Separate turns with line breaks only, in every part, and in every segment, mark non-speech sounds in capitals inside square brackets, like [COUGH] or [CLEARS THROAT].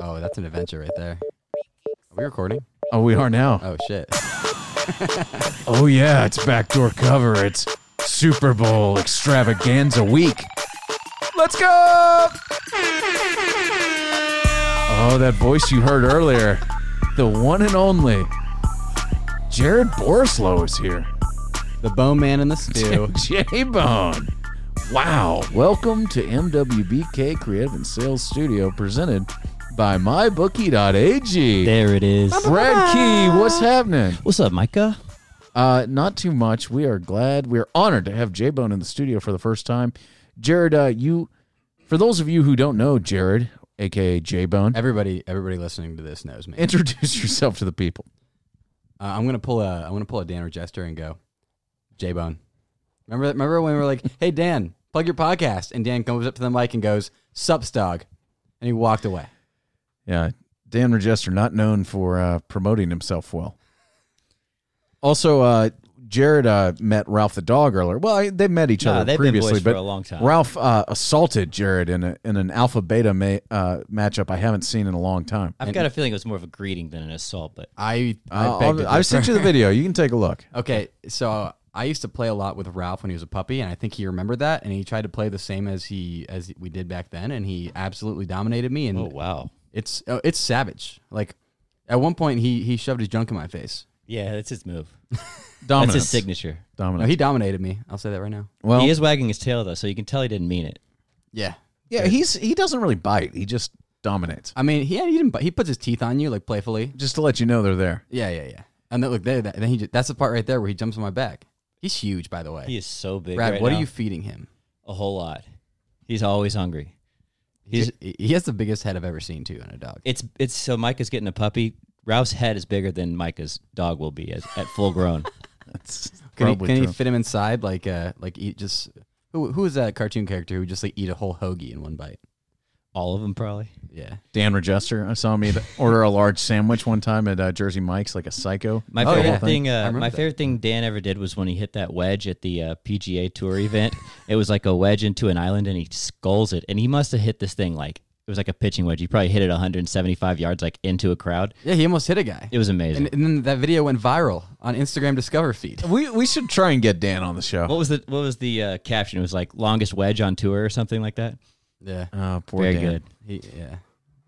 Oh, that's an adventure right there. Are we recording?
Oh, we are now.
Oh shit.
Oh, yeah, it's backdoor cover. It's Super Bowl extravaganza week. Let's go! Oh, that voice you heard earlier. The one and only Jared Borislow is here.
The bone man in the
[LAUGHS]
stew.
J Bone. Wow. Welcome to MWBK Creative and Sales Studio presented by MyBookie.ag.
There it is.
Red Key, what's happening?
What's up, Micah?
Uh, not too much. We are glad. We are honored to have J Bone in the studio for the first time. Jared, uh, you, for those of you who don't know Jared, aka J Bone, [LAUGHS]
everybody, everybody listening to this knows me. Uh,
introduce yourself to the people.
I'm gonna pull a, I'm gonna pull a Dan or Jester and go, J Bone. Remember, that- remember when we were like, hey Dan, plug your podcast, and Dan comes up to the mic and goes, Sups dog, and he walked away.
Yeah, Dan Register, not known for uh, promoting himself well. Also, uh, Jared uh, met Ralph the dog earlier. Well, I, they met each
Nah,
other
they've been
previously,
boys
but
for a long time.
Ralph uh, assaulted Jared in a, in an alpha beta ma- uh, matchup I haven't seen in a long time. Uh,
I've got a feeling it was more of a greeting than an assault, but
I, I
I'll-
begged
I'll- I've sent you the video. You can take a [LAUGHS] look.
Okay, so I used to play a lot with Ralph when he was a puppy, and I think he remembered that, and he tried to play the same as he as we did back then, and he absolutely dominated me. And
oh wow,
it's uh, it's savage. Like at one point, he he shoved his junk in my face.
yeah, that's his move.
Dominance.
That's his signature.
No,
Dominance.
he dominated me. I'll say that right now.
well,
he is wagging his tail though, so you can tell he didn't mean it.
Yeah,
yeah, he's he doesn't really bite. He just dominates.
I mean, he yeah, he didn't. bu- He puts his teeth on you like playfully.
Just to let you know they're there.
Yeah, yeah, yeah. And then look there. That, then he just, that's the part right there where he jumps on my back. He's huge, by the way.
He is so big.
Brad,
right
what
now.
are you feeding him?
A whole lot. He's always hungry. He's
He, he has the biggest head I've ever seen too in a dog.
it's it's so Micah's getting a puppy. Ralph's head is bigger than Micah's dog will be as, at full
[LAUGHS]
grown.
[LAUGHS] That's
Can, he,
probably
can he
true.
fit him inside like uh like eat just who who is that cartoon character who would just like eat a whole hoagie in one bite?
All of them probably.
Yeah.
Dan Register. I saw him eat, order a large sandwich one time at uh, Jersey Mike's, like a psycho.
My
Oh,
favorite
yeah.
thing,
I
uh,
remember
my
that.
favorite thing Dan ever did was when he hit that wedge at the uh, PGA Tour event. it was like a wedge into an island, and he skulls it. And he must have hit this thing like it was like a pitching wedge. He probably hit it 175 yards, like into a crowd.
Yeah, he almost hit a guy.
It was amazing.
And, and then that video went viral on Instagram Discover
[LAUGHS]
feed.
We we should try and get Dan on the show.
what was the what was the uh, caption? It was like longest wedge on tour or something like that.
Yeah.
oh, poor
Very
Dan.
good.
He, yeah.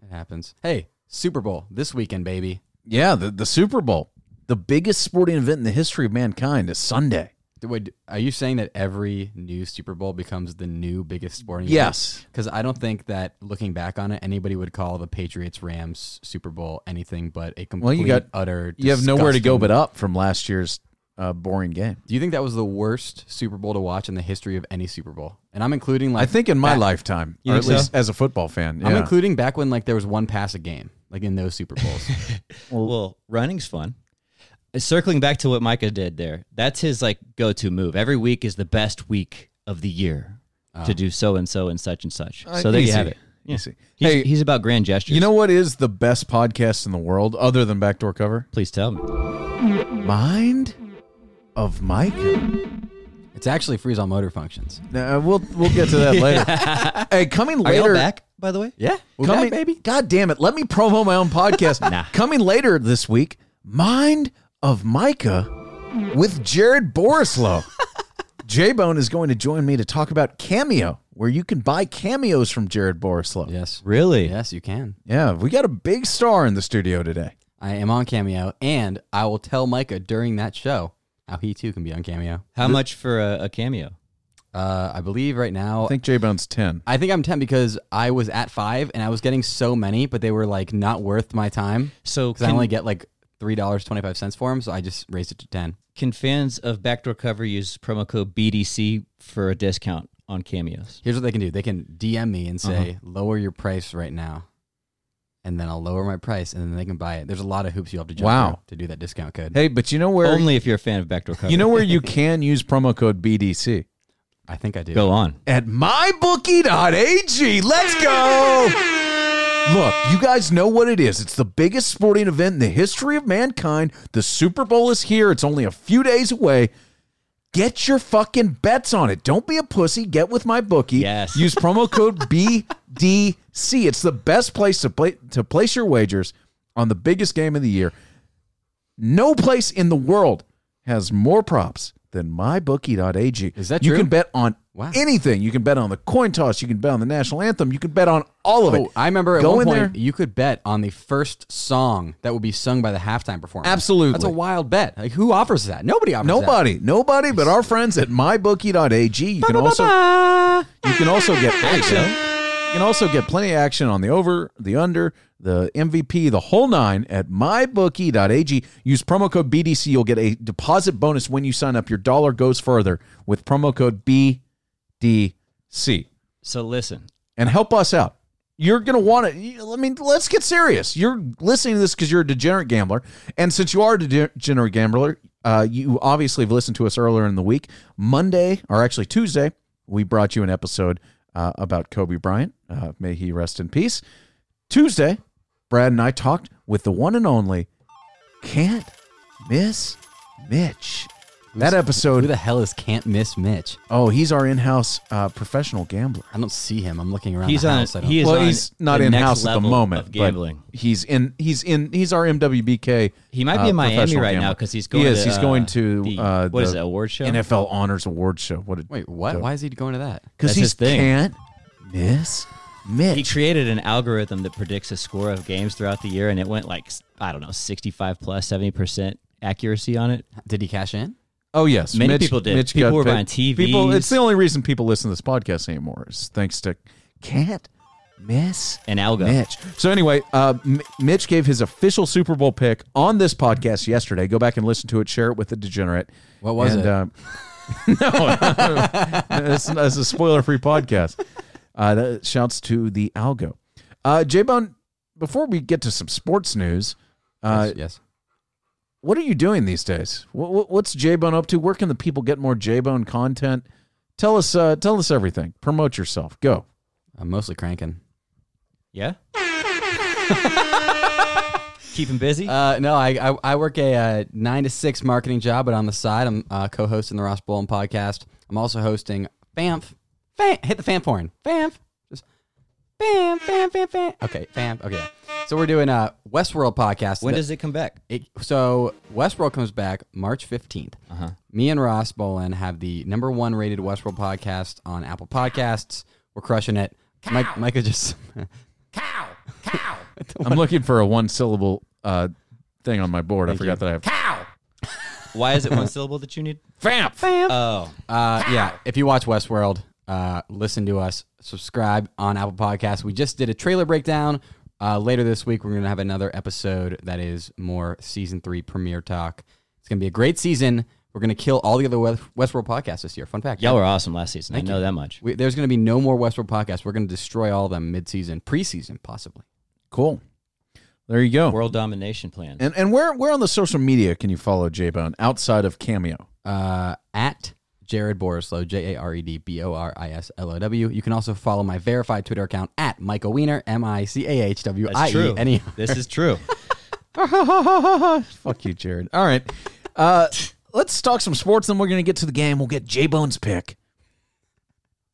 It happens. Hey, Super Bowl this weekend, baby.
Yeah, the, the Super Bowl, the biggest sporting event in the history of mankind, is Sunday.
D- Wait, are you saying that every new Super Bowl becomes the new biggest sporting
Yes.
Because I don't think that looking back on it, anybody would call the Patriots Rams Super Bowl anything but a complete
Well, you got-
utter.
You have nowhere to go
disgusting-
but up from last year's uh, boring game.
Do you think that was the worst Super Bowl to watch in the history of any Super Bowl? And I'm including
I
like
think in my
Back-
lifetime,
You
or at
think so?
least as a football fan.
I'm
yeah.
including back when like there was one pass a game, like in those Super
[LAUGHS]
Bowls.
Well, running's fun. Uh, Circling back to what Micah did there, that's his like go to move. Every week is the best week of the year
Ah.
to do so and so and such and such.
Uh,
so there
easy.
you have it.
Easy.
He's,
Hey,
he's about grand gestures.
you know what is the best podcast in the world other than Backdoor Cover?
please tell me.
Mind of Mike.
it's actually freeze all motor functions.
Now, uh, we'll we'll get to
[LAUGHS]
that later. Hey, coming
Are
later.
y'all back? By the way,
Yeah, we're
coming,
back, baby.
God damn it! Let me promo my own podcast.
[LAUGHS] Nah.
Coming later this week, Mind of Micah with Jared
[LAUGHS]
Borislow. J Bone is going to join me to talk about Cameo, where you can buy cameos from Jared Borislow.
Yes,
really?
yes, you can.
Yeah, we got a big star in the studio today.
I am on Cameo, and I will tell Micah during that show how he too can be on Cameo.
How much for a, a cameo?
Uh, I believe right now.
I think J Bone's ten.
I think I'm 10 because I was at 5 and I was getting so many, but they were like not worth my time
So
because I
can,
only get like $3.25 for them. So I just raised it to 10.
can fans of Backdoor Cover use promo code BDC for a discount on cameos?
Here's what they can do. They can DM me and say,
Uh-huh.
lower your price right now. And then I'll lower my price and then they can buy it. There's a lot of hoops you have to jump
Wow.
through to do that discount code.
Hey, but you know where
Only if you're a fan of Backdoor Cover.
you know
[LAUGHS]
where you can use promo code BDC.
I think I do.
go on.
at mybookie.ag. Let's go. Look, you guys know what it is. It's the biggest sporting event in the history of mankind. The Super Bowl is here. It's only a few days away. Get your fucking bets on it. Don't be a pussy. Get with my bookie. [LAUGHS]
Yes.
Use promo code BDC. It's the best place to play to place your wagers on the biggest game of the year. No place in the world has more props than mybookie.ag.
Is that
you
true?
can bet on
Wow.
anything. You can bet on the coin toss. You can bet on the national anthem. You can bet on all of it.
Oh, I remember at
Go
one
in
point
there.
you could bet on the first song that would be sung by the halftime performer.
Absolutely.
That's a wild bet. Like who offers that? Nobody offers that.
Nobody,
[LAUGHS]
nobody, but our friends at mybookie.ag. You can also you can also get action. You can also get plenty of action on the over, the under, the MVP, the whole nine at mybookie.ag. Use promo code BDC. You'll get a deposit bonus when you sign up. Your dollar goes further with promo code BDC.
So listen,
And help us out. You're going to want to, I mean, let's get serious. You're listening to this because you're a degenerate gambler. And since you are a degenerate gambler, uh, you obviously have listened to us earlier in the week. Monday, or actually Tuesday, we brought you an episode uh, about Kobe Bryant. Uh, may he rest in peace. Tuesday, Brad and I talked with the one and only Can't Miss Mitch. That
Who
episode,
the hell is Can't Miss Mitch?
oh, he's our in house uh, professional gambler.
I don't see him. I'm looking around
He's
the
on-
house. I don't-
he is-
well,
on
he's not
the
in
next
house at the
level
moment.
of gambling.
But he's in. He's in. He's our MWBK.
he might be
uh,
in Miami
professional
right now
gambler.
because he's going.
He is.
To,
he's
uh,
going to
the,
uh,
what is
the
it? Award show.
NFL Honors Award Show. What? A,
Wait, what? Why is he going to that?
Because
That's
he
his thing.
can't miss
He
Mitch.
created an algorithm that predicts a score of games throughout the year, and it went like s- I don't know, sixty-five plus seventy percent accuracy on it.
Did he cash in?
oh yes,
Many
Mitch-
people did.
Mitch
People
got
were
paid.
buying TVs.
People. It's the only reason people listen to this podcast anymore is thanks to can't miss
An algo.
Mitch. So anyway, uh, M- Mitch gave his official Super Bowl pick on this podcast yesterday. Go back and listen to it. Share it with the degenerate.
What was
and,
it?
Um, [LAUGHS] no, [LAUGHS] that's, that's a spoiler-free podcast. Uh, that shouts to the algo. Uh, J Bone, before we get to some sports news, uh,
yes, yes.
what are you doing these days? What, what, what's J Bone up to? Where can the people get more J Bone content? Tell us, uh, tell us everything. Promote yourself.
[LAUGHS]
Go.
I'm mostly cranking.
Yeah. [LAUGHS] Keep him busy.
Uh, no, I, I I work a uh, nine to six marketing job, but on the side, I'm uh, co-hosting the Ross Bolin podcast. I'm also hosting FAMF. Fam, hit the FAMF horn. FAMF. Just FAMF, FAMF, FAMF, FAMF. Okay, FAMF. Okay. So we're doing a Westworld podcast.
when
That-
does it come back?
it, so Westworld comes back March 15th.
Uh-huh.
Me and Ross Bolin have the number one rated Westworld podcast on Apple Podcasts. We're crushing it. Mike, Micah just [LAUGHS]
I'm looking for a one syllable uh, thing on my board. I forgot that I have. [LAUGHS]
Why is it one syllable that you need?
FAMF.
Oh,
Uh, yeah, if you watch Westworld, uh, listen to us, subscribe on Apple Podcasts. We just did a trailer breakdown. Uh, later this week, we're going to have another episode that is more season three premiere talk. It's going to be a great season. We're going to kill all the other West- Westworld podcasts this year. Fun fact.
y'all were awesome last season. I know that much.
We, there's going to be no more Westworld podcasts. We're going to destroy all of them mid-season, preseason, possibly.
Cool. There you go.
World domination plan.
and and where where on the social media can you follow J Bone outside of Cameo?
Uh, at Jared Borislow, J A R E D B O R I S L O W. You can also follow my verified Twitter account at Michael Wiener, M I C A H W
That's
I E
true.
N E.
This is true.
Fuck you, Jared. All right. Uh, let's talk some sports, then we're gonna get to the game. We'll get J Bone's pick.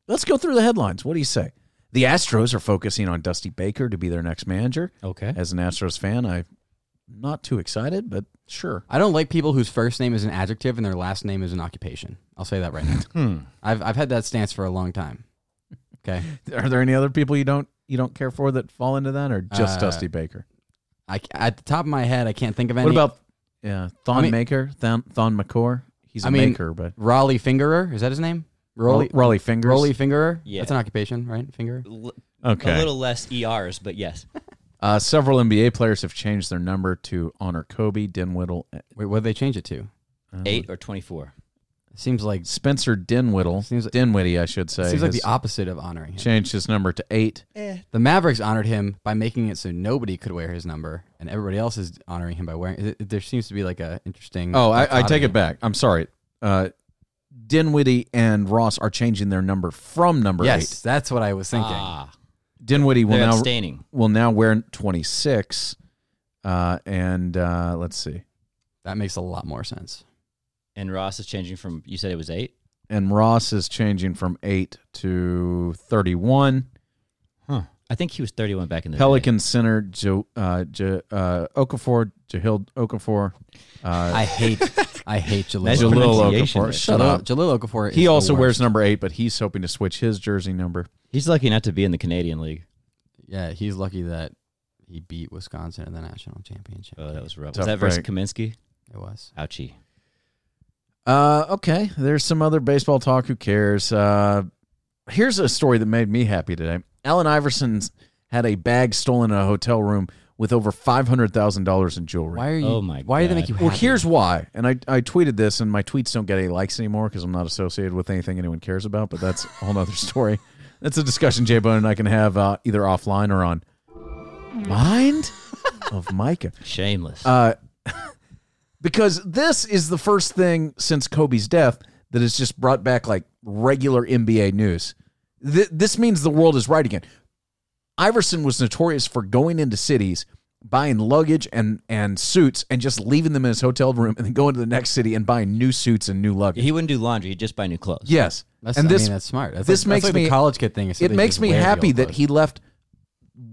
Let's go through the headlines. What do you say? The Astros are focusing on Dusty Baker to be their next manager.
Okay.
As an Astros fan, I'm not too excited, but sure.
I don't like people whose first name is an adjective and their last name is an occupation. I'll say that right now.
Hmm.
I've, I've had that stance for a long time. Okay.
Are there any other people you don't you don't care for that fall into that, or just
Uh,
Dusty Baker?
I, at the top of my head, I can't think of any.
What about yeah, Thon
I mean-
Maker, Thon, Thon McCore? He's a
I mean,
maker, but
Raleigh Fingerer? Is that his name? Raleigh,
Raleigh fingers.
Raleigh Fingerer?
Yeah.
That's an occupation, right? Fingerer?
L-
okay.
A little less ERs, but yes.
uh, several NBA players have changed their number to honor Kobe, Dinwiddle, uh,
Wait, what did they change it to?
Eight or 24.
Seems like
Spencer Dinwiddle,
Seems like-
Dinwiddie, I should say.
seems like the
has
opposite of honoring him.
changed his number to eight.
The Mavericks honored him by making it so nobody could wear his number, and everybody else is honoring him by wearing. It, it- there seems to be like a interesting.
Oh, I, I take
dichotomy.
it back. I'm sorry. Uh, Dinwiddie and Ross are changing their number from number
Yes,
eight.
that's what I was thinking.
Ah,
Dinwiddie will
they're
now
abstaining.
will now wear 26. Uh, and uh, let's see.
That makes a lot more sense.
And Ross is changing from you said it was eight.
and Ross is changing from eight to thirty-one.
Huh. I think he was thirty-one back in the day.
Pelican Center, jo, uh, jo, uh, Okafor, Jahil Okafor. Uh,
I hate, I hate Jalil.
That's
Okafor.
Jalil.
Jalil
pronunciation
Okafor.
there.
Shut up.
Jalil Okafor. Is
He
the
also
worst.
wears number eight, but he's hoping to switch his jersey number.
He's lucky not to be in the Canadian League.
Yeah, he's lucky that he beat Wisconsin in the national championship.
Oh, that was rough.
Tough
was that versus
break.
Kaminsky?
it was.
Ouchie.
Uh, okay. There's some other baseball talk. Who cares? Uh, here's a story that made me happy today. Allen Iverson's had a bag stolen in a hotel room with over five hundred thousand dollars in jewelry.
Why are you?
Oh my
Why do they
God.
make you?
Well,
happy?
here's why. And I, I tweeted this, and my tweets don't get any likes anymore because I'm not associated with anything anyone cares about, but that's a whole nother [LAUGHS] story. That's a discussion Jay Bone and I can have uh, either offline or on Mind of Micah.
Shameless.
Uh, [LAUGHS] because this is the first thing since Kobe's death that has just brought back like regular NBA news. Th- this means the world is right again. Iverson was notorious for going into cities, buying luggage and and suits, and just leaving them in his hotel room, and then going to the next city and buying new suits and new luggage.
he wouldn't do laundry. He'd just buy new clothes.
yes,
That's,
and
I
this
mean, that's smart. That's
this
like,
makes
that's like
me-
the college kid thing. Is so
it
they
makes
just
me
wear the
happy
old
that
clothes.
he left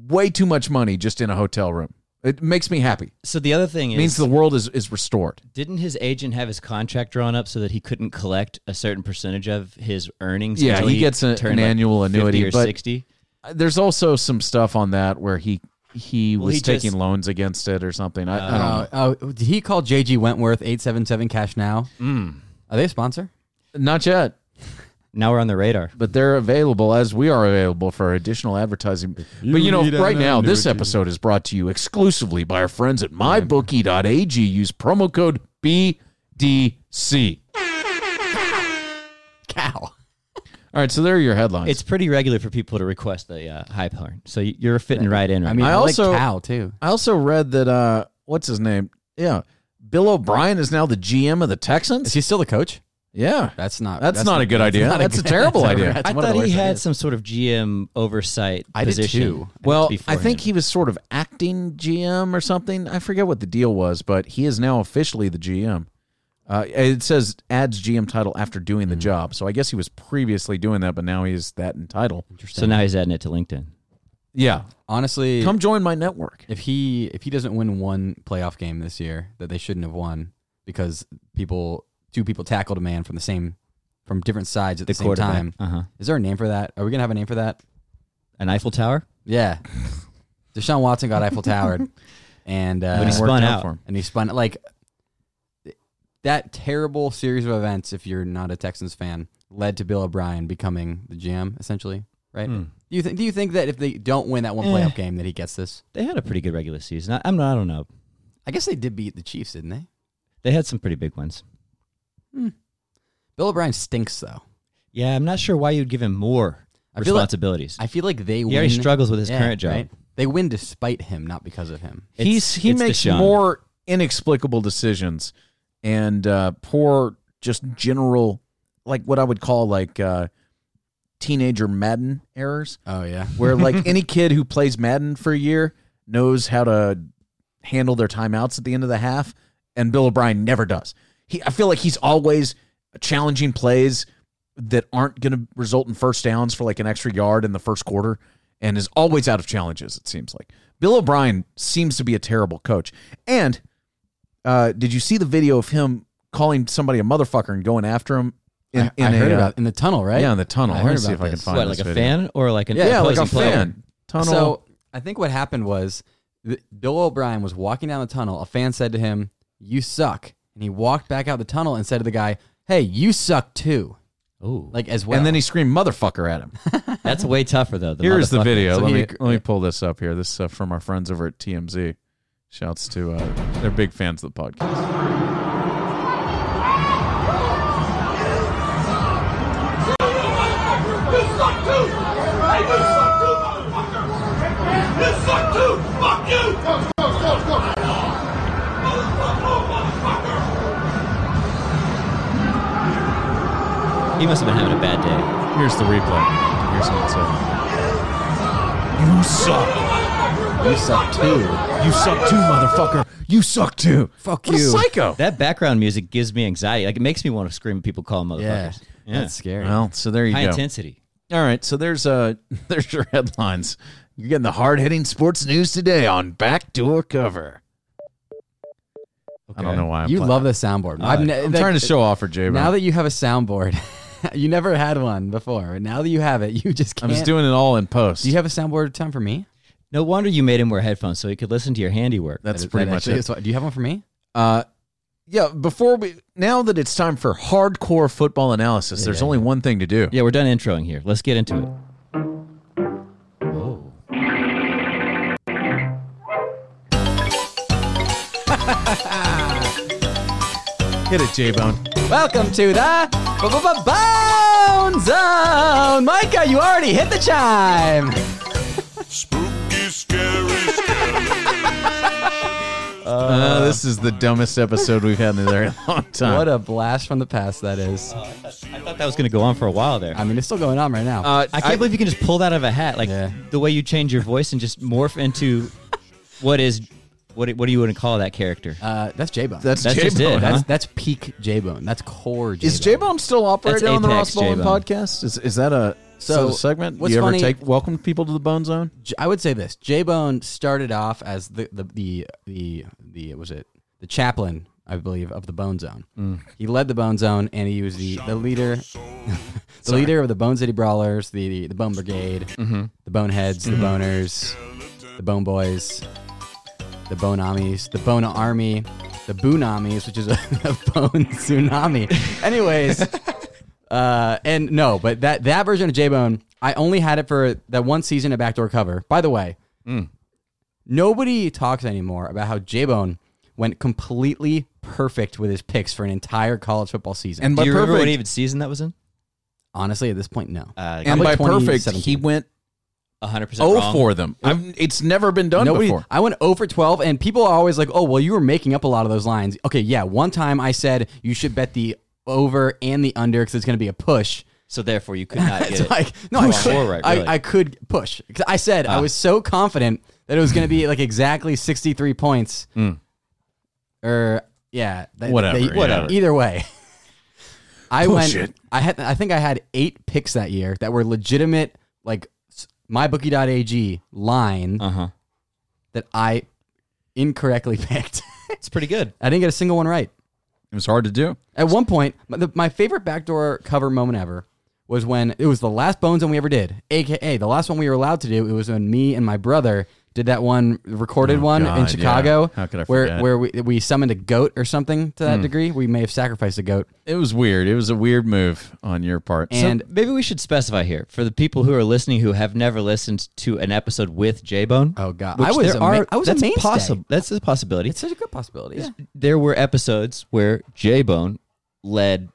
way too much money just in a hotel room. It makes me happy.
So the other thing
It
is,
means the world is is restored.
didn't his agent have his contract drawn up so that he couldn't collect a certain percentage of his earnings?
Yeah,
until
he gets a-
turned
an
like
annual
50
annuity,
or
but-
sixty.
there's also some stuff on that where he he
Well,
was
he just-
taking loans against it or something. I, I don't
Uh, oh, did he call JG Wentworth eight seven seven cash now? Are they a sponsor?
know. Not yet,
Now we're on the radar.
but they're available as we are available for additional advertising. but you know,
need
right
an
now this
annuity.
episode is brought to you exclusively by our friends at mybookie.ag. Use promo code BDC.
Cow.
All right, so there are your headlines.
It's pretty regular for people to request the uh, hype horn, so y- you're fitting right in. Right
I mean,
I
I,
also-
like cow too.
I also read that uh what's his name? Yeah. Bill O'Brien is now the GM of the
Is
Texans.
he still the coach?
Yeah.
That's not.
That's not a good idea.
not
That's a terrible
that's
idea.
that's
I
one of the
thought he
worst
had
ideas.
some sort of GM oversight
I did
position.
too.
Well,
before
I think
him.
he was sort of acting GM or something. I forget what the deal was, but he is now officially the GM. Uh, it says adds GM title after doing the
Hmm.
job, so I guess he was previously doing that, but now he's that in title.
So now he's adding it to LinkedIn.
Yeah,
Honestly,
come join my network.
if he if he doesn't win one playoff game this year that they shouldn't have won because people two people tackled a man from the same from different sides at the, same time.
Uh huh.
Is there a name for that? Are we gonna have a name for that?
An Eiffel Tower. [LAUGHS]
Yeah. Deshaun Watson got Eiffel Towered, and uh,
But he
Worked
spun out.
for him.
and he spun like that terrible series of events. If you're not a Texans fan, led to Bill O'Brien becoming the GM essentially, right?
Hmm.
Do you think? Do you think that if they don't win that one playoff
Eh.
game, that he gets this?
They had a pretty good regular season. I, I'm not. I don't know.
I guess they did beat the Chiefs, didn't they?
They had some pretty big ones.
Bill O'Brien stinks though.
Yeah, I'm not sure why you'd give him more
I feel like-
responsibilities.
I feel like they.
he already
win-
struggles with his
Yeah,
current job.
right? They win despite him, not because of him.
It's-
He's he
it's
makes
Deshaun.
more inexplicable decisions and uh, poor, just general, like what I would call like uh, teenager Madden errors.
Oh yeah,
where [LAUGHS] like any kid who plays Madden for a year knows how to handle their timeouts at the end of the half, and Bill O'Brien never does. He, I feel like he's always challenging plays that aren't going to result in first downs for like an extra yard in the first quarter, and is always out of challenges. It seems like Bill O'Brien seems to be a terrible coach. And uh, did you see the video of him calling somebody a motherfucker and going after him? In, in
I
a,
heard
uh,
about in the tunnel, right?
yeah, in the tunnel.
I
I, I want
heard
to see
about
if I can
this.
find
what,
this
like a
video.
fan or like an
Yeah, like a
opposing player?
fan. Tunnel.
So I think what happened was th- Bill O'Brien was walking down the tunnel. A fan said to him, "You suck," and he walked back out the tunnel and said to the guy, "Hey, you suck too."
Ooh,
Like as well.
And then he screamed "motherfucker" [LAUGHS] at him.
that's way tougher though. The
Here's the
motherfucker.
video.
So
let
he
me
ag-
let me pull this up here. This is uh, from our friends over at TMZ. Shouts to uh, they're big fans of the podcast.
You suck too! Hey, you suck too, motherfucker! You suck too! Fuck you! Go, go, go, go! Motherfucker!
He must have been having a bad day.
Here's the replay. Here's what it said.
You
You suck.
suck
[LAUGHS]
too.
You suck too, motherfucker. You suck too.
Fuck
What a
you.
psycho.
That background music gives me anxiety. Like it makes me want to scream at people calling motherfuckers. Yeah.
That's scary.
Well, so there you
High
go.
intensity.
All right, so there's uh [LAUGHS] there's your headlines. You're getting the hard hitting sports news today on backdoor cover. I don't
Okay.
know why I'm
you
playing-
love the soundboard.
I'm,
ne-
I'm
that-
trying to show off for J.
Now
Now
that you have a soundboard, [LAUGHS] you never had one before. but Now that you have it, [LAUGHS] you just
I'm
can't.
just doing it all in post.
Do you have a soundboard time for me?
No wonder you made him wear headphones so he could listen to your handiwork.
That's
That-
pretty
that
much
actually
it.
is what- do you have one for me?
Uh, yeah. Before we now that it's time for hardcore football analysis, there's only one thing to do.
yeah, we're done introing here. Let's get into it.
Hit it, J Bone.
Welcome to the Bone Zone. Micah, you already hit the chime.
Spooky, scary,
Uh, this is the dumbest episode we've had in a very [LAUGHS] long time.
What a blast from the past that is.
I thought that was going to go on for a while there.
I mean, it's still going on right now.
uh,
I can't believe you can just pull that out of a hat, like
Yeah.
the way you change your voice and just morph into what is what? What do you want to call that character?
Uh, that's J Bone.
that's,
that's
J
just it,
Bone.
huh?
that's that's peak J Bone. That's core J Bone.
Is J Bone still operating
That's
on the Ross
Apex
Bowling
J-Bone.
podcast? Is is that a
So,
so segment?
what's
you ever
funny-
take welcome people to the Bone Zone?
J- I would say this. J Bone started off as the the the the, the was it the chaplain, I believe, of the Bone Zone.
Mm.
He led the Bone Zone, and he was the, the leader, the leader of the Bone City Brawlers, the the, the Bone Brigade, the Boneheads, the Boners, the Bone Boys, the Bone Amis, the Bone Army, the Boonamis, which is a, [LAUGHS] a bone tsunami. Anyways. Uh, and no, but that that version of J Bone, I only had it for that one season of backdoor cover. By the way, nobody talks anymore about how J Bone went completely perfect with his picks for an entire college football season.
And
do
by
you remember what
perfect,
even season that was in?
honestly, at this point, no.
Uh,
and by
like
perfect,
2017.
he went
hundred percent.
oh for them. I've, it's never been done
Nobody,
before.
I went 0 for 12, and people are always like, oh, well, you were making up a lot of those lines. Okay, yeah, one time I said you should bet the over and the under because it's going to be a push.
So therefore,
[LAUGHS]
you could not get
it's
it.
like no, I
Wrong
could,
or right, really.
I, I could push. 'Cause I said I was so confident that it was going to be like exactly sixty three points, or yeah, that-
Whatever,
that-
whatever.
Either way, I went.
Bullshit.
I had. I think I had eight picks that year that were legitimate, like s- mybookie.ag line
Uh huh.
that I incorrectly [LAUGHS] picked.
It's pretty good.
I didn't get a single one right.
It was hard to do.
At one point, my, the, my favorite backdoor cover moment ever was when it was the last Bones one we ever did, aka the last one we were allowed to do. It was when me and my brother did that one recorded
Oh,
one
God,
in
yeah.
Chicago,
How could I
where
forget? Hmm.
where we, we summoned a goat or something to that degree. We may have sacrificed a goat.
It was weird. It was a weird move on your part. So-
And-
And maybe we should specify here for the people who are listening who have never listened to an episode with J Bone.
Oh, God.
which
I was
there
a
are-
ma- I was a
that's
mainstay.
possible. That's a possibility.
It's such a good possibility. Yeah.
there were episodes where J Bone led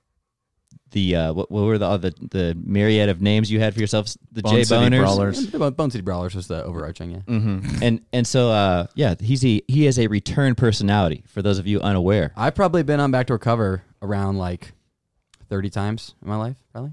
the uh, what, what were the, all the the myriad of names you had for yourselves, the
Bone
J
City
Boners,
Brawlers.
Bone Bone City Brawlers was the overarching. Yeah.
[LAUGHS] and and so uh, yeah, he's a, he has a return personality for those of you unaware.
I've probably been on backdoor cover around like thirty times in my life, probably.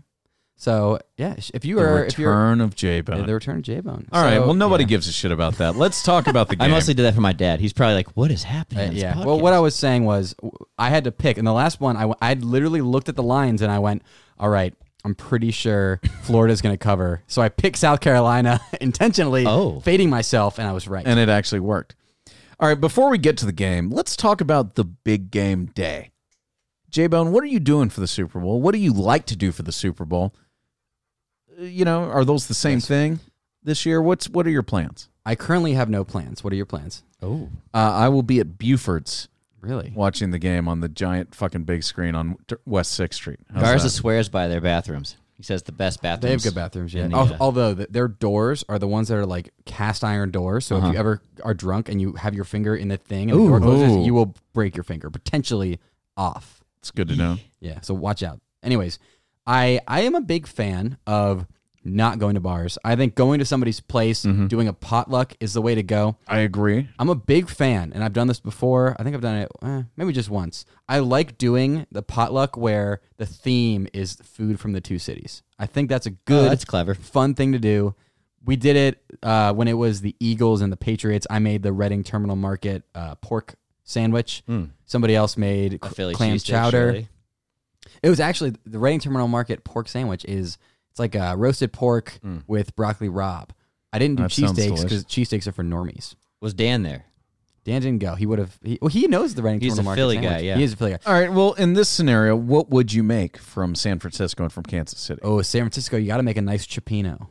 So yeah, if you
the
are if you're
return of J Bone.
Yeah, the return of J Bone.
All right.
So-
Well, nobody
yeah.
gives a shit about that. Let's talk [LAUGHS] about the game.
I mostly did that for my dad. He's probably like, "What is happening?"
Uh,
on this
yeah.
podcast?"
Well, what I was saying was w- I had to pick, and the last one I w- I literally looked at the lines and I went, "All right, I'm pretty
[LAUGHS]
sure Florida's going to cover." So I picked South Carolina [LAUGHS] intentionally,
Oh.
fading myself, and I was right.
and it actually worked. All right, before we get to the game, let's talk about the big game day. J Bone, what are you doing for the Super Bowl? What do you like to do for the Super Bowl? Uh, You know, are those the same thing this year? What's what are your plans?
I currently have no plans. What are your plans?
oh,
Uh, I will be at Buford's
Really?
watching the game on the giant fucking big screen on t- West Sixth Street. How's
Garza
that?
swears by their bathrooms. He says the best bathrooms.
They have good bathrooms, yeah.
in the,
Al-
uh,
Although th their doors are the ones that are like cast iron doors, so if you ever are drunk and you have your finger in the thing and the door
Ooh.
closes,
Ooh.
you will break your finger potentially off.
It's good to know.
Yeah, so watch out. Anyways, I I am a big fan of not going to bars. I think going to somebody's place, doing a potluck is the way to go.
I agree.
I'm a big fan, and I've done this before. I think I've done it eh, maybe just once. I like doing the potluck where the theme is food from the two cities. I think that's a
Oh,
good,
that's clever.
fun thing to do. We did it uh, when it was the Eagles and the Patriots. I made the Reading Terminal Market uh, pork sandwich. Somebody else made
Hmm. A
cl-
Philly
clam
cheesesteak,
chowder.
surely.
It was actually the Reading Terminal Market pork sandwich is it's like a roasted pork
Hmm.
with broccoli rob. I didn't do
That sounds
cheesesteaks
delicious.
because cheesesteaks are for normies.
Was Dan there?
Dan didn't go. He would have. He, well, he knows the Reading
He's
Terminal
a
Market.
Philly
sandwich.
guy, yeah.
he is a Philly guy.
All right. Well, in this scenario, what would you make from San Francisco and from Kansas City?
Oh, San Francisco, you got to make a nice chipino.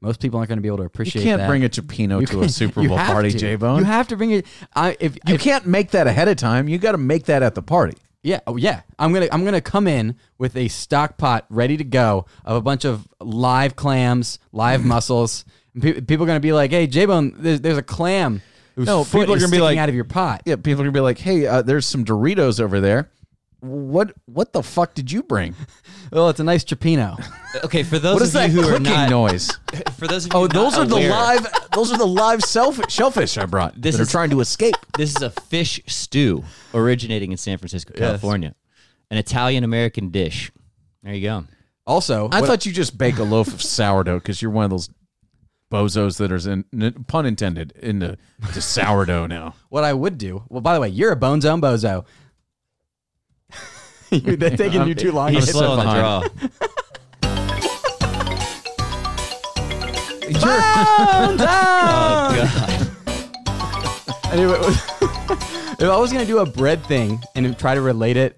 Most people aren't going to be able to
you
appreciate.
can't
that.
bring a Chipino
You
to
[LAUGHS]
a
can't-
Super
you
Bowl
have
party,
to.
J
You
Bone. You,
have to bring it. I, if, if
can't make that ahead of time. You got to make that at the party.
yeah, oh yeah, I'm gonna I'm gonna come in with a stock pot ready to go of a bunch of live clams,
[CLEARS THROAT]
live mussels. And pe- people are gonna be like, "Hey, J Bone, there's, there's a clam whose
No,
foot
people are
is
gonna be
sticking
like-
out of your pot."
Yeah, people are gonna be like, "Hey, uh, there's some Doritos over there. What what the fuck did you bring?
Well, it's a nice chipino.
Okay, for
[LAUGHS]
those
What
of
is that
you who are
clicking
not
noise?
for those of
[LAUGHS]
you
Oh,
not
those are the
aware,
live. Those are the live self- shellfish I brought.
This
that
is-
are trying to escape.
This is a fish stew originating in San Francisco, California. An Italian American dish. There you go.
Also,
I
what-
thought you just bake a loaf of sourdough because you're one of those bozos that is in n- pun intended into to sourdough now.
what I would do. Well, by the way, you're a bone zone bozo. [LAUGHS] You're taking you too long. to
He's
hit
slow on the
something.
draw. [LAUGHS] Oh,
[LAUGHS]
Anyway, [LAUGHS] if I was gonna do a bread thing and try to relate it,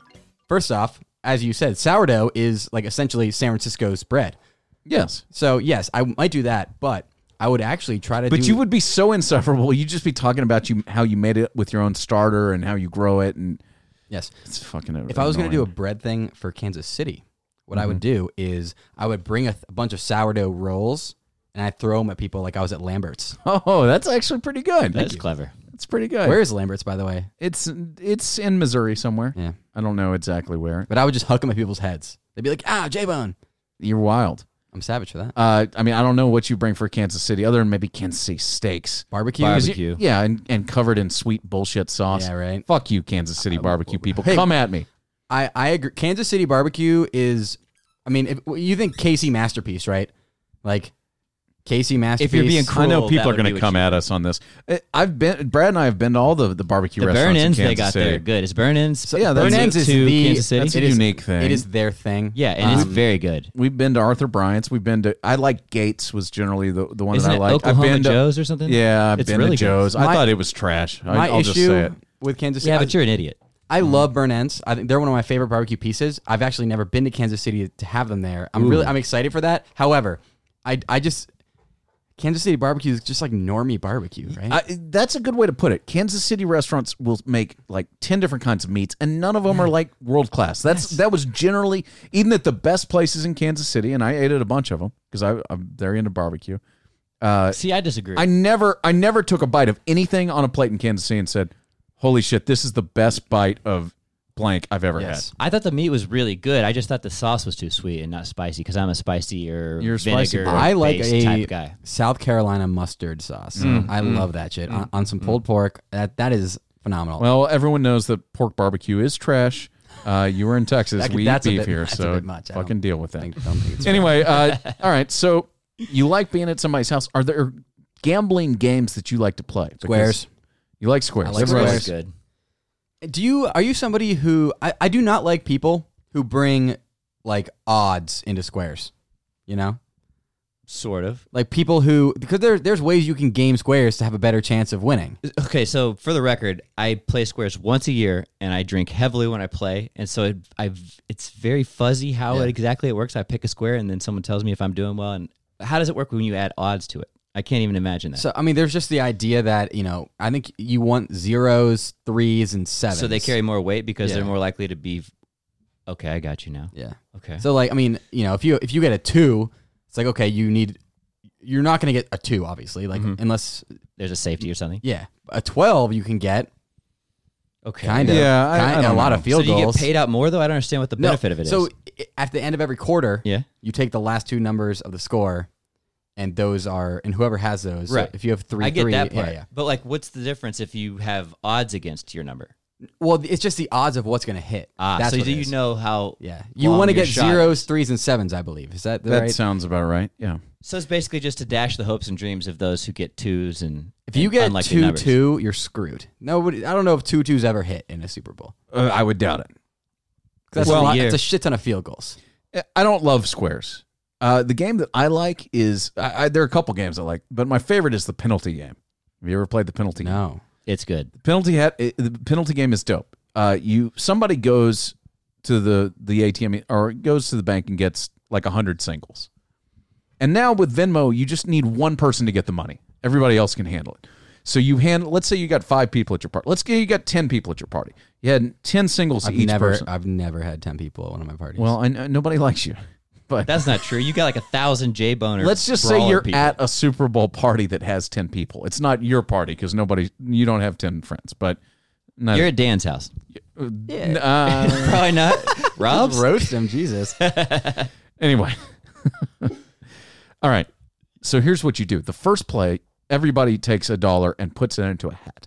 first off, as you said, sourdough is like essentially San Francisco's bread.
Yes,
So yes, I might do that, but I would actually try to.
but
do,
you would be so insufferable. You'd just be talking about you how you made it with your own starter and how you grow it, and
yes.
it's fucking.
If I was gonna do a bread thing for Kansas City, what I would do is I would bring a, th- a bunch of sourdough rolls and I throw them at people like I was at Lambert's.
[LAUGHS] oh, that's actually pretty good.
That's clever.
That's pretty good.
Where is Lambert's, by the way?
It's it's in Missouri somewhere.
Yeah.
I don't know exactly where.
But I would just hook them at people's heads. They'd be like, "Ah, J Bone."
You're wild.
I'm savage for that.
Uh, I mean, I don't know what you bring for Kansas City other than maybe Kansas City steaks.
Barbecue.
Barbe-
'Cause you-
Barbecue.
yeah, and, and covered in sweet bullshit sauce.
Yeah, right.
Fuck you, Kansas City barbecue people.
Hey.
Come at me.
I I agree. Kansas City barbecue is. I mean, if, you think Casey masterpiece, right? Like Casey masterpiece.
If you're being
I know
Cruel, that
people are
would
going
be
to
what
come
you-
at us on this. Uh, I've been Brad and I have been to all the, the barbecue
The burn
restaurants
ins
in
they
Kansas
got
City.
there. Good. It's burn ins.
So, yeah, that's-
burn ins
Burns is
to
the-
Kansas City.
that's Um, a
it is-
unique thing.
It is their thing. Um,
yeah, and it's very good.
We've been to Arthur Bryant's. We've been to I like Gates was generally the, the one
Isn't
that I
it
liked.
Oklahoma
I've been to,
Joe's or something?
Yeah, I've
It's
been
really
to
good.
Joe's. I
My-
thought it was trash. I,
My
I'll
issue
just say it.
with Kansas City.
Yeah, but
I,
you're an idiot.
I love burn ends. I think they're one of my favorite barbecue pieces. I've actually never been to Kansas City to have them there. I'm really I'm excited for that. However, I I just Kansas City barbecue is just like normie barbecue, right?
I, that's a good way to put it. Kansas City restaurants will make like ten different kinds of meats, and none of them are like world class. That's that was generally even at the best places in Kansas City, and I ate at a bunch of them because I'm very into barbecue.
See, I disagree.
Uh, I never, I never took a bite of anything on a plate in Kansas City and said, "Holy shit, this is the best bite of blank I've ever
Yes.
I thought the meat was really good. I just thought the sauce was too sweet and not spicy because I'm a spicy or
You're a spicy
vinegar
boy.
I like
based
a
type guy.
South Carolina mustard sauce. I love that shit on, on some pulled pork. That that is phenomenal.
had." Well, everyone knows that pork barbecue is trash. Uh, you were in Texas.
That-
we eat
that's a
beef
bit-
here,
that's a
so
bit much. I
fucking
don't
deal with that.
I think- I don't think it's- [LAUGHS]
anyway, uh, all right. So you like being at somebody's house? Are there gambling games that you like to play? Because
Squares.
You like squares.
I like
Everyone
squares.
likes-
good.
Do you are you somebody who I, I do not like people who bring like odds into squares, you know?
Sort of.
Like people who because there there's ways you can game squares to have a better chance of winning.
Okay, so for the record, I play squares once a year, and I drink heavily when I play, and so it, I it's very fuzzy how it exactly it works. I pick a square, and then someone tells me if I'm doing well, and how does it work when you add odds to it? I can't even imagine that. So,
So I mean, there's just the idea that you know I think you want zeros, threes, and sevens.
they carry more weight because
Yeah.
they're more likely to be. Okay, I got you now.
yeah.
Okay,
So like I mean, you know, if you if you get a two, it's like okay, you need you're not going to get a two, obviously, like
Mm-hmm.
unless
there's a safety or something.
yeah, a twelve you can get
Okay,
kind of
Yeah, I- I
kind,
don't
a lot
know.
of field
so do you
goals.
get paid out more though? I don't understand what the benefit of it is.
So i- at the end of every quarter,
Yeah.
you take the last two numbers of the score, and those are and whoever has those. so
Right.
if you have three,
I get
three,
that
yeah,
part,
yeah.
but like, what's the difference if you have odds against your number?
Well, it's just the odds of what's going to hit.
Ah,
That's
so
what
do
it
you
is.
know how?
Yeah, you
long
want to
your
get
shot
zeros, threes, and sevens. I believe is that the
That
right?
sounds about right. Yeah.
So it's basically just to dash the hopes and dreams of those who get twos and
If you get
unlikely
two
numbers.
two, you're screwed. Nobody. I don't know if two twos ever hit in a Super Bowl.
Uh, I would doubt it.
'Cause That's
Well,
a lot,
year.
it's a shit ton of field goals.
I don't love squares. Uh, the game that I like is I, I, there are a couple games I like, but my favorite is the penalty game. Have you ever played the penalty? game?
No.
it's good.
The penalty hat. it- The penalty game is dope. Uh, you somebody goes to the the ATM e, or goes to the bank and gets like hundred singles. And now with Venmo, you just need one person to get the money. Everybody else can handle it. So you handle. Let's say you got five people at your party. Let's say you got ten people at your party. You had ten singles to
I've
each
never.
person.
I've never had ten people at one of my parties.
Well, I, know- nobody likes you, [LAUGHS] but
That's not true. You got like a thousand J boner.
Let's just say you're at a Super Bowl party that has 10 people. It's not your party because nobody, you don't have 10 friends, but no,
you're at Dan's house.
[LAUGHS]
n- uh, [LAUGHS]
Probably not. Rob's
[LAUGHS] roast him, Jesus.
anyway. [LAUGHS] All right. So here's what you do the first play, everybody takes a dollar and puts it into a hat.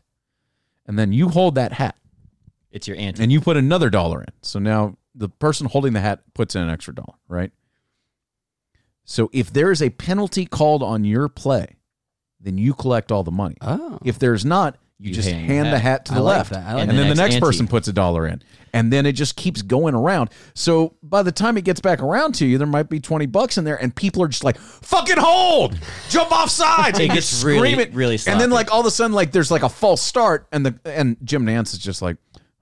And then you hold that hat
It's your aunt.
and you put another dollar in. So now the person holding the hat puts in an extra dollar, right? So if there is a penalty called on your play, then you collect all the money.
Oh.
If there's not, you,
You
just
hang
hand,
the
the
hat.
hat to the
I like
left.
that. I like
and
that.
then the next
Next
person
ante.
puts a dollar in. And then it just keeps going around. So by the time it gets back around to you, there might be 20 bucks in there, and people are just like, fucking hold! Jump off sides!
It
and
gets
just
really-
screaming.
really
And then
sloppy.
like all of a sudden, like there's like a false start, and the and Jim Nance is just like,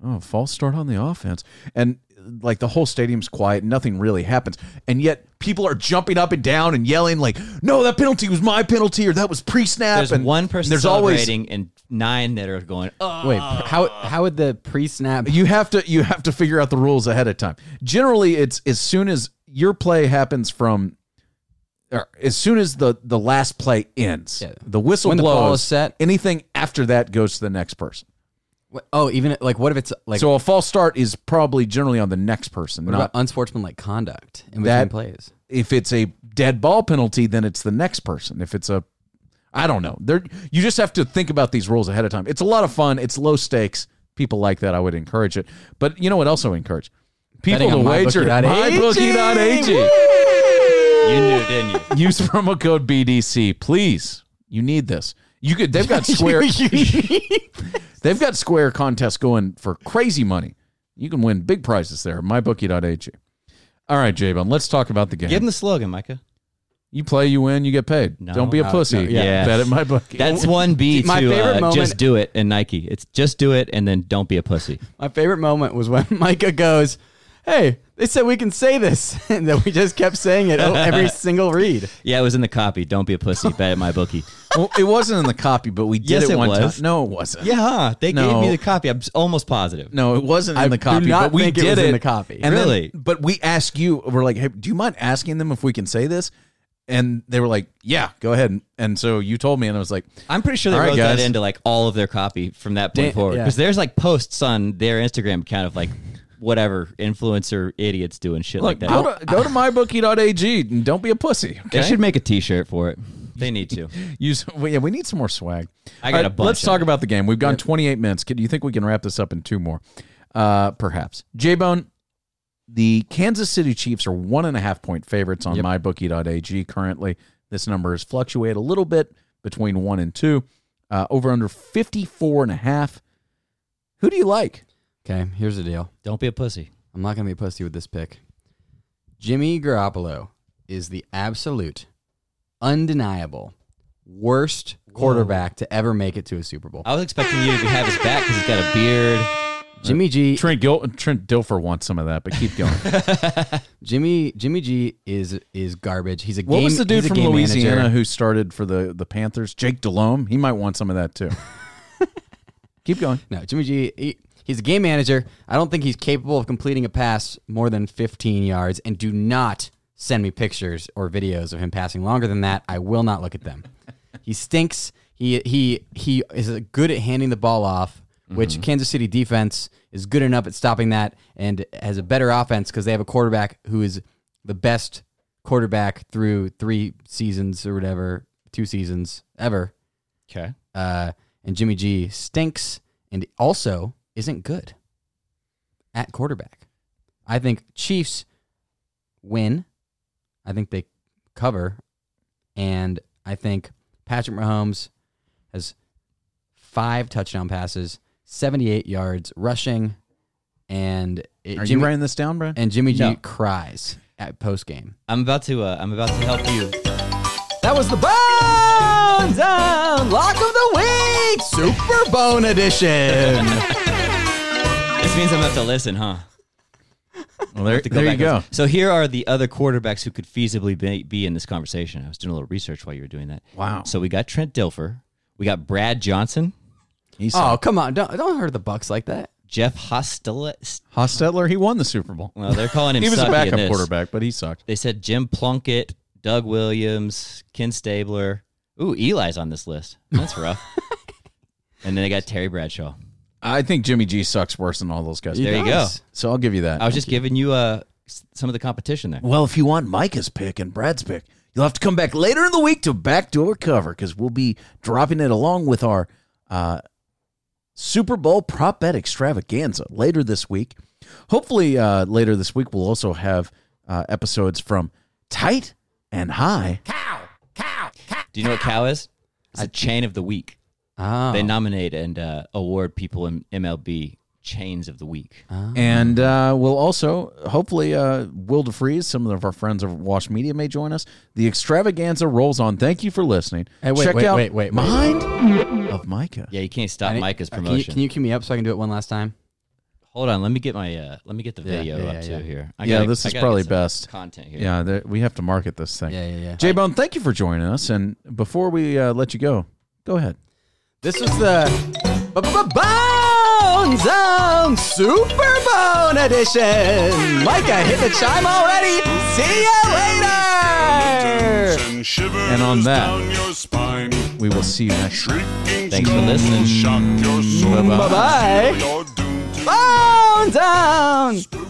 oh, false start on the offense. And like the whole stadium's quiet, nothing really happens. And yet people are jumping up and down and yelling, like, no, that penalty was my penalty, or that was pre-snap.
There's
and
one person
there's always
celebrating and nine that are going. Oh,
Wait, how how would the pre-snap?
you have to you have to figure out the rules ahead of time. Generally, it's as soon as your play happens from or as soon as the the last play ends.
Yeah.
The whistle
When the
blows.
ball is set.
Anything after that goes to the next person.
What- Oh, even like what if it's like
so a false start is probably generally on the next person.
what
Not,
about unsportsmanlike conduct in between
That-
plays?
if it's a dead ball penalty, then it's the next person. If it's a I don't know. There you just have to think about these rules ahead of time. It's a lot of fun. It's low stakes. People like that. I would encourage it. But you know what else I would encourage? People
Betting
to
on
wager at
mybookie.ag.
mybookie.ag.
you knew, didn't you?
Use promo code BDC, please. You need this. [LAUGHS] You could. They've
[LAUGHS]
got square. they've got square contests going for crazy money. You can win big prizes there. at Mybookie.ag. All right, Jabon. Let's talk about the game.
Give him the slogan, Micah.
You play, you win, you get paid.
No.
Don't be a
Oh,
pussy.
no, yeah.
Yeah.
bet at my bookie.
That's one B
My
to
favorite
uh,
moment-
just do it and Nike. It's just do it and then don't be a pussy.
My favorite moment was when [LAUGHS] Micah goes, "Hey, they said we can say this," [LAUGHS] and then we just kept saying it oh,
[LAUGHS]
every single read.
Yeah, it was in the copy. Don't be a pussy. Bet at my bookie.
well, it wasn't in the copy, but we did
Yes,
it
it
one
was.
time. No, it wasn't.
Yeah, huh? they
No.
gave me the copy. I'm s- almost positive.
No, it wasn't in
I
the
do
copy,
not
but we
think it
did
was
it
in the copy.
And then-
Really?
but we asked you. We're like, hey, do you mind asking them if we can say this? And they were like, yeah, go ahead. And, and so you told me, and I was like,
I'm pretty sure they
All right,
wrote
guys.
that into like all of their copy from that
Da-
point forward.
yeah.
Because there's like posts on their Instagram account of like whatever influencer idiots doing shit
look,
like that.
go to, [LAUGHS] go to mybookie.ag and don't be a pussy.
they
Okay?
should make a T-shirt for it. They
[LAUGHS]
need to.
Use, well, yeah, we need some more swag.
I
All
got a bunch
Let's
of
talk
it.
about the game. We've gone 28 minutes. Can- Do you think we can wrap this up in two more? Uh, perhaps. J Bone, the Kansas City Chiefs are one and a half point favorites on mybookie.ag currently. This number has fluctuated a little bit between one and two. Uh, over under 54 and a half. Who do you like?
Okay, here's the deal.
Don't be a pussy.
I'm not gonna be a pussy with this pick. Jimmy Garoppolo is the absolute, undeniable worst quarterback to ever make it to a Super
Uh,
Bowl.
I was expecting you to have his back because he's got a beard.
Jimmy G
Trent, Gil- Trent Dilfer wants some of that, but
[LAUGHS]
keep going.
Jimmy Jimmy G is is garbage. He's a
what
game,
was the
he's
dude
a
from
game
Louisiana
manager.
who started for the, the Panthers? Jake Delhomme. He might want some
[LAUGHS]
of that too. keep going.
No, Jimmy G. He, he's a game manager. I don't think he's capable of completing a pass more than 15 yards. And do not send me pictures or videos of him passing longer than that. I will not look at them. he stinks. He he he is good at handing the ball off, which Kansas City defense is good enough at stopping that, and has a better offense because they have a quarterback who is the best quarterback through three seasons or whatever, two seasons ever
Okay.
uh, and Jimmy G stinks and also isn't good at quarterback. I think Chiefs win. I think they cover. and I think Patrick Mahomes has five touchdown passes, 78 yards rushing, and it,
Are
Jimmy
you writing this down, Brian?
and Jimmy G
No.
cries at post game.
I'm about to. Uh, I'm about to help you.
That was the Bones Lock of the Week Super Bone Edition.
This means I'm about to listen, huh?
Well, there,
to go
there you
back over-
go.
So here are the other quarterbacks who could feasibly be, be in this conversation. I was doing a little research while you were doing that.
Wow.
So we got Trent Dilfer, we got Brad Johnson,
He's
oh come on! Don't don't hurt the Bucks like that.
Jeff Hostelet.
Hostetler, he won the Super Bowl.
Well, they're
[LAUGHS]
calling him.
he was
sucky
a
in
backup
this.
quarterback, but he sucked.
They said Jim Plunkett, Doug Williams, Ken Stabler. Ooh, Eli's on this list. That's
[LAUGHS]
rough. and then they got Terry Bradshaw.
I think Jimmy G sucks worse than all those guys.
There you go.
So I'll give you that.
I was just giving you uh, s- some of the competition there.
Well, if you want Micah's pick and Brad's pick, you'll have to come back later in the week to backdoor cover because we'll be dropping it along with our uh, Super Bowl prop bet extravaganza later this week. Hopefully, uh, later this week, we'll also have uh, episodes from Tight and High.
Do you know what cow is? It's a chain of the week.
Oh.
They nominate and uh, award people in MLB chains of the week.
Ah.
And uh, we'll also, hopefully, uh, Will DeFries, some of our friends over at Wash Media may join us. The extravaganza rolls on. Thank you for listening.
Hey, wait,
Check
wait,
out
wait, wait, wait.
Mind of Micah.
yeah, you can't stop
I need-
Micah's
uh, can you-
promotion.
Can you, cue me up so I can do it one last time?
Hold on, let me get my uh, let me get the
Yeah,
video
yeah,
up
yeah,
too
yeah.
here. I
Yeah,
gotta-
this
I
is
gotta get
probably
some
best.
content here.
Yeah, there, we have to market this thing.
Yeah, yeah, yeah.
J Bone, thank you for joining us. And before we uh, let you go, go ahead.
This was the Bone Zone Super Bone Edition. Like I hit the chime already. See you later.
And
And
on that-
down your spine.
We will see you next week.
Thanks for listening.
Shock your soul.
Bye-bye.
Bye bye.
You're doomed to
Bone Zone.